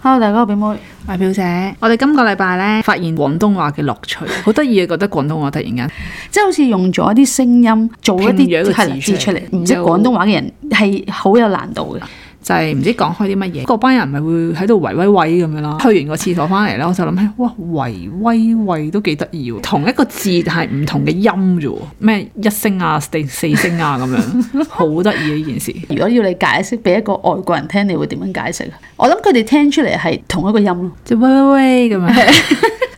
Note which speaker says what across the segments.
Speaker 1: Hello，大家好，表妹。
Speaker 2: 喂，啊表姐，我哋今個禮拜咧發現廣東話嘅樂趣， 好得意啊！覺得廣東話突然間
Speaker 1: 即係好似用咗一啲聲音做一
Speaker 2: 拼咗一
Speaker 1: 啲
Speaker 2: 個
Speaker 1: 係啦
Speaker 2: 字
Speaker 1: 字出
Speaker 2: 出嚟
Speaker 1: 嚟，唔識
Speaker 2: 就
Speaker 1: 廣東話嘅人係好有難度嘅。
Speaker 2: 就係唔知講開啲乜嘢，嗰班人咪會喺度圍威喂咁樣啦。去完個廁所翻嚟咧，我就諗起，哇，圍威喂都幾得意喎，同一個字係唔同嘅音啫喎，咩一聲啊，四四聲啊咁樣， 好得意啊！呢件事
Speaker 1: 如果要你解釋俾一個外國人聽，你會點樣解釋啊？我諗佢哋聽出嚟係同一個音咯。
Speaker 2: 就喂喂喂咁樣，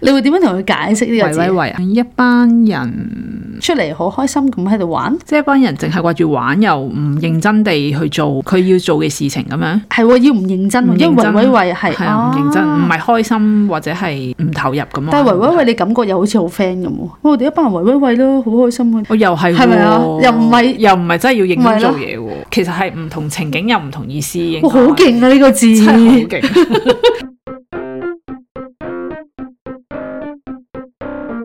Speaker 1: 你會點樣同佢解釋呢個
Speaker 2: 圍威
Speaker 1: 字？
Speaker 2: 喂啊！ 一班人
Speaker 1: 出嚟好開心咁喺度玩，
Speaker 2: 即係一班人淨係掛住玩，又唔認真地去做佢要做嘅事情咁樣。
Speaker 1: 係喎，要唔認真喎，
Speaker 2: 唔認
Speaker 1: 因為維
Speaker 2: 真
Speaker 1: 維維係
Speaker 2: 係啊，唔認真，唔係開心或者係唔投入咁啊。
Speaker 1: 但係維維維你感覺又好似好 friend 咁喎，我哋一班人維維維咯，好開心啊！
Speaker 2: 我又係喎
Speaker 1: 係咪啊又唔係
Speaker 2: 又唔係真係要認
Speaker 1: 唔係咯
Speaker 2: 真做嘢喎。其實係唔同情景又唔同意思。應該
Speaker 1: 哇，好勁啊！呢個字
Speaker 2: 真係好勁。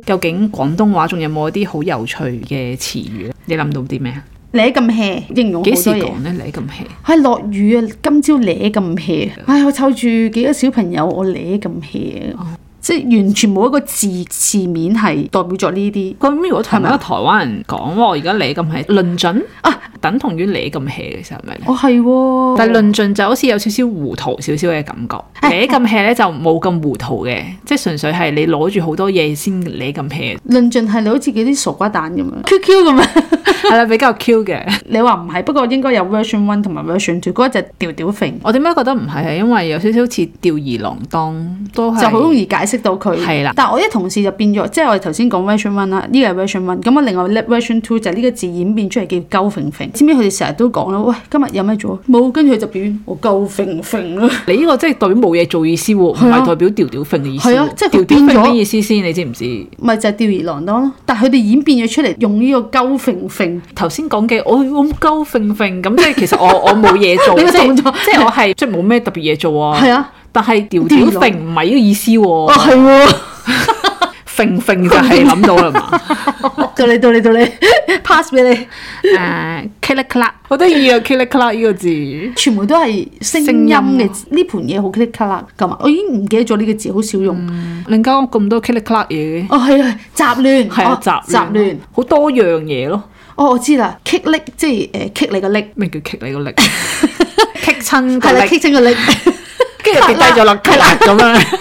Speaker 2: 究竟廣東話仲有冇一啲好有趣嘅詞語咧？你諗到啲咩啊？
Speaker 1: 你咁 hea，形容好多
Speaker 2: 幾時
Speaker 1: 嘢。
Speaker 2: 講咧？你咁 hea
Speaker 1: 唉，落雨啊！今朝攣咁 hea，唉，我湊住幾個小朋友，我攣咁 hea，即係完全冇一個字字面係代表咗呢啲
Speaker 2: 咁如果同一
Speaker 1: 係咪
Speaker 2: 個
Speaker 1: 啊
Speaker 2: 台灣人講喎，而家你咁 hea 論盡
Speaker 1: 啊！
Speaker 2: 等同於你咁 hea 嘅時候，係咪咧？
Speaker 1: 我哦係喎，
Speaker 2: 但係論盡就好似有少少糊塗少少嘅感覺，
Speaker 1: 哎
Speaker 2: 你咁 hea 咧就冇咁糊塗嘅，即係純粹係你攞住好多嘢先你咁 hea，
Speaker 1: 論盡係你好似幾啲傻瓜蛋咁樣，QQ 咁樣。
Speaker 2: 係 啦比較 Q 嘅。
Speaker 1: 你話唔係，不過應該有 version one 同埋 version two，嗰個就調調揈，
Speaker 2: 我點解覺得唔係？係因為有少少似吊兒郎當，都係
Speaker 1: 就好容易解釋到佢。
Speaker 2: 係啦
Speaker 1: 但係我啲同事就變咗，即係我哋頭先講 version one 啦，呢個係 version one，咁我另外呢 version two 就係呢個字演變出嚟叫鳩揈揈。知唔知佢哋成日都講啦？喂，今日有咩做啊？冇，跟住佢就表演我鳩揈揈啦。
Speaker 2: 你呢個即係代表冇嘢做意思喎，唔
Speaker 1: 係啊
Speaker 2: 係代表吊吊揈嘅意思喎。
Speaker 1: 係啊即係
Speaker 2: 吊
Speaker 1: 佢
Speaker 2: 吊揈
Speaker 1: 變咗
Speaker 2: 咩意思先？你知唔知？
Speaker 1: 咪就係吊兒郎當咯。但係佢哋演變咗出嚟，用呢個鳩揈揈，
Speaker 2: 頭先講嘅我我鳩揈揈咁，即係其實我我冇嘢做，
Speaker 1: 你個
Speaker 2: 即係
Speaker 1: 動作
Speaker 2: 即係我係即係冇咩特別嘢做啊。
Speaker 1: 係啊，
Speaker 2: 但係吊吊
Speaker 1: 吊兒郎
Speaker 2: 揈唔係呢個意思喎
Speaker 1: 哦，係喎，
Speaker 2: 揈揈就係諗到啦嘛。
Speaker 1: 到你到你到你 pass 俾你，
Speaker 2: 誒 k i l i c l a 好得意啊 k i l i c l a 呢個字。
Speaker 1: 全部都係聲
Speaker 2: 聲
Speaker 1: 音
Speaker 2: 音啊
Speaker 1: 嘅呢盤嘢好 click 啦咁啊！我已經唔記得咗呢個字，好少用。
Speaker 2: 另加咁多 k i l i c l a 嘢嘅，
Speaker 1: 哦，係啊，雜亂，
Speaker 2: 係啊
Speaker 1: 哦，
Speaker 2: 雜
Speaker 1: 雜亂。，
Speaker 2: 好多樣嘢咯。
Speaker 1: 哦，我知啦，kick 力即係誒呃 kick 你個力，
Speaker 2: 咩叫棘你個力？棘親個
Speaker 1: 係啦嗯
Speaker 2: 力，
Speaker 1: ，kick 親個力。
Speaker 2: 跟住跌低咗落棘啦咁樣，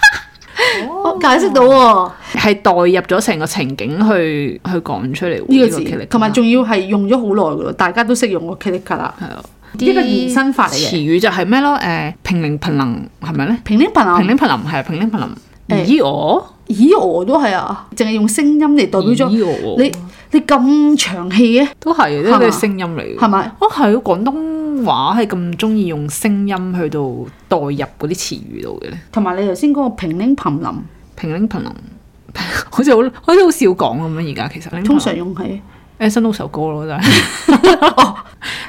Speaker 1: 我解釋到喎
Speaker 2: 係代入咗成個情景去去講出嚟喎
Speaker 1: 呢個嗯
Speaker 2: 棘力
Speaker 1: 字，同埋仲要係用咗好耐㗎喎，大家都識用個 kick 啦。
Speaker 2: 係啊
Speaker 1: 一個延伸法嚟嘅
Speaker 2: 詞語就係咩咯？誒，平零平能係咪咧？
Speaker 1: 平拎笨啊
Speaker 2: 平！零平能係平零平能。咦我
Speaker 1: 咦，我都係啊，淨係用聲音嚟代表咗
Speaker 2: 咦我
Speaker 1: 你你咁長氣嘅
Speaker 2: 都係
Speaker 1: 係
Speaker 2: 呢
Speaker 1: 嘛
Speaker 2: 個聲音嚟嘅。
Speaker 1: 係咪？
Speaker 2: 哦，係喎廣東話係咁中意用聲音去到代入嗰啲詞語度嘅咧，
Speaker 1: 同埋你頭先嗰個平拎掄冧，
Speaker 2: 平鈴 平林，好似好好似好少講咁樣而家其實。
Speaker 1: 通常用係
Speaker 2: Anson Lo 首歌咯，真係， 哦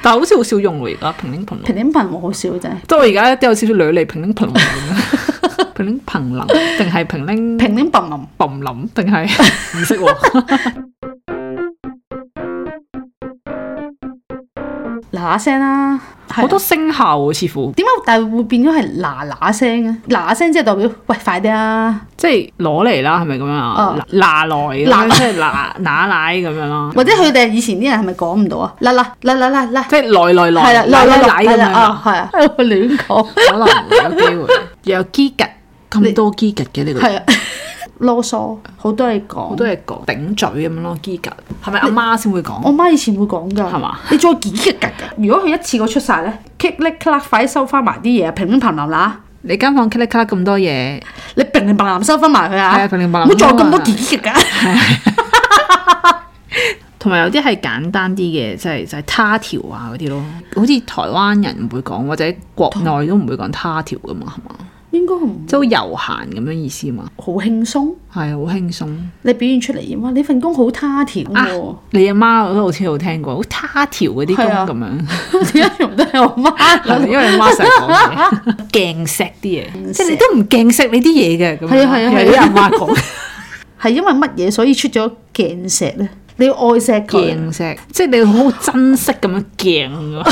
Speaker 2: 但係好似好少用喎而家平鈴平林，
Speaker 1: 平拎掄我好少真係。
Speaker 2: 即係我而家都有少少女嚟平鈴平林咁 樣，平鈴平林定係平鈴
Speaker 1: 平拎掄冧，
Speaker 2: 冧冧定係唔識喎。
Speaker 1: 嗱嗱聲啦，係啊
Speaker 2: 好多聲效喎，似乎
Speaker 1: 點解但係會變咗係嗱嗱聲啊？嗱嗱聲即係代表喂快啲啊，
Speaker 2: 即係攞嚟啦，係咪咁樣啊
Speaker 1: 哦？
Speaker 2: 嗱來咁
Speaker 1: 嗱
Speaker 2: 樣，即係嗱嗱奶咁樣啦。
Speaker 1: 或者佢哋以前啲人係咪講唔到啊？嗱嗱嗱嗱嗱嗱，
Speaker 2: 即係來來
Speaker 1: 係
Speaker 2: 來
Speaker 1: 啦，嗱
Speaker 2: 來來
Speaker 1: 嗱
Speaker 2: 奶咁
Speaker 1: 嗱
Speaker 2: 樣
Speaker 1: 啊
Speaker 2: 啊，，
Speaker 1: 係啊， 我亂講，
Speaker 2: 可能有機會。又有機吉咁多機吉嘅呢個，
Speaker 1: 係啊，囉嗦好多嘢
Speaker 2: 好
Speaker 1: 講
Speaker 2: 多。嘢講頂嘴咁樣咯，機吉係咪阿媽先會
Speaker 1: 我
Speaker 2: 講？
Speaker 1: 媽以前會講㗎，
Speaker 2: 係嘛？
Speaker 1: 你再幾日㗎？如果佢一次過出晒咧，kick 力 c l 快啲收翻埋啲嘢，平平平冧啦，
Speaker 2: 你間房咔啦咔啦咁多嘢，
Speaker 1: 你平平平冧收翻埋佢
Speaker 2: 係
Speaker 1: 啊！
Speaker 2: 啊平平平冧
Speaker 1: 唔好再咁多幾日㗎。
Speaker 2: 同埋有啲係簡單啲嘅，即係就係他條啊嗰啲咯。好似台灣人唔會講，或者國內都唔會講他條噶嘛，係嘛？
Speaker 1: 應該唔
Speaker 2: 即係好悠閒咁樣意思嘛，
Speaker 1: 好輕鬆，
Speaker 2: 係啊好輕鬆。啊
Speaker 1: 你表現出嚟哇！你份工好他條喎，
Speaker 2: 你阿媽我都好似有聽過，好他條嗰啲工
Speaker 1: 係啊
Speaker 2: 咁樣。
Speaker 1: 點解用得係我媽
Speaker 2: 係因為媽成日講嘅鏡石啲嘢，即係你都唔鏡石你啲嘢嘅咁樣。
Speaker 1: 係啊係啊係啊
Speaker 2: 有啲阿媽講，
Speaker 1: 係因為乜嘢所以出咗鏡石咧？你要愛錫佢。
Speaker 2: 鏡石，即係你好珍惜咁樣 鏡啊，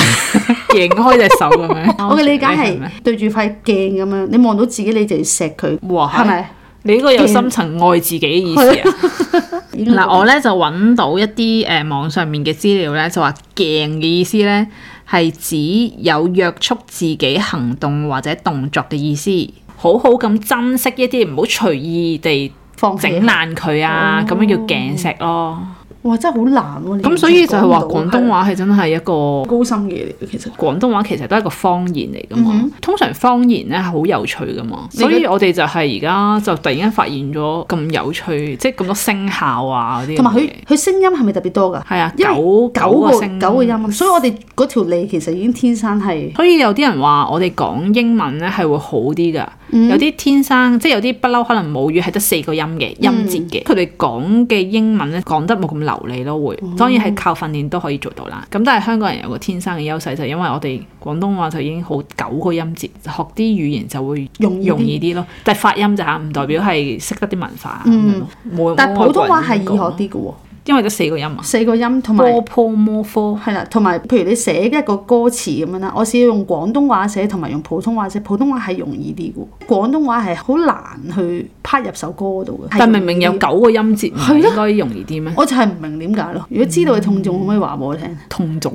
Speaker 2: 鏡開隻手咁樣。
Speaker 1: 我嘅理解
Speaker 2: 哦你
Speaker 1: 係
Speaker 2: 咪
Speaker 1: 對住塊鏡咁樣，你望到自己你就要錫佢，
Speaker 2: 哇，
Speaker 1: 係咪？
Speaker 2: 你呢個有深層愛自己嘅意思啊！嗱，我咧就揾到一啲誒、呃、網上面嘅資料咧，就話鏡嘅意思咧係指有約束自己行動或者動作嘅意思，好好咁珍惜一啲，唔好隨意地
Speaker 1: 放
Speaker 2: 整
Speaker 1: 棄
Speaker 2: 爛佢啊！
Speaker 1: 哦
Speaker 2: 咁樣叫鏡石咯。
Speaker 1: 哇，真係好難喎、你
Speaker 2: 咁
Speaker 1: 完
Speaker 2: 所以就
Speaker 1: 全
Speaker 2: 係話
Speaker 1: 嗯講唔
Speaker 2: 廣
Speaker 1: 到
Speaker 2: 東話係真係一個
Speaker 1: 係高深嘅嚟嘅，其實
Speaker 2: 廣東話其實都係一個方言嚟噶嘛，
Speaker 1: 嗯
Speaker 2: 通常方言咧係好有趣噶嘛，
Speaker 1: 你覺
Speaker 2: 所以我哋就係而家就突然間發現咗咁有趣，即係咁多聲效啊嗰啲咁嘅嘢，
Speaker 1: 同埋佢佢聲音係咪特別多㗎？
Speaker 2: 係啊
Speaker 1: 因為
Speaker 2: 九
Speaker 1: 九
Speaker 2: 個
Speaker 1: 個
Speaker 2: 聲
Speaker 1: 九個音啊，所以我哋嗰條脷其實已經天生係
Speaker 2: 所以有啲人話我哋講英文咧係會好啲噶，
Speaker 1: 嗯
Speaker 2: 有啲天生即係有啲不嬲，可能母語係得四個音嘅
Speaker 1: 嗯
Speaker 2: 音節嘅，佢哋講嘅英文咧講得冇咁流利咯，
Speaker 1: 哦
Speaker 2: 會當然係靠訓練都可以做到啦。咁但係香港人有個天生嘅優勢就係因為我哋廣東話就已經好九個音節，學啲語言就會
Speaker 1: 容易啲
Speaker 2: 容易啲咯。但係發音就嚇唔代表係識得啲文化啊咁
Speaker 1: 嗯
Speaker 2: 樣咯。冇
Speaker 1: 但
Speaker 2: 冇
Speaker 1: 普通話係易
Speaker 2: 外國人咁講
Speaker 1: 學啲嘅喎，
Speaker 2: 因為得四個音啊。
Speaker 1: 四個音同埋
Speaker 2: 波波摩科
Speaker 1: 係啦，同埋譬如你寫一個歌詞咁樣啦，我試用廣東話寫同埋用普通話寫，普通話係容易啲嘅喎，廣東話係好難去拍入首歌嗰度嘅。
Speaker 2: 但
Speaker 1: 係
Speaker 2: 明明有
Speaker 1: 容易啲，
Speaker 2: 九個音節，唔係
Speaker 1: 係咯
Speaker 2: 應該容易啲咩？
Speaker 1: 我就係唔明點解咯。如果知道嘅聽眾，可唔可以話俾我聽？
Speaker 2: 通 眾。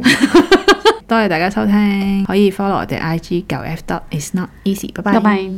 Speaker 2: 多謝大家收聽，可以 follow 我哋 IG 九 F dot is not easy，拜拜。
Speaker 1: 拜。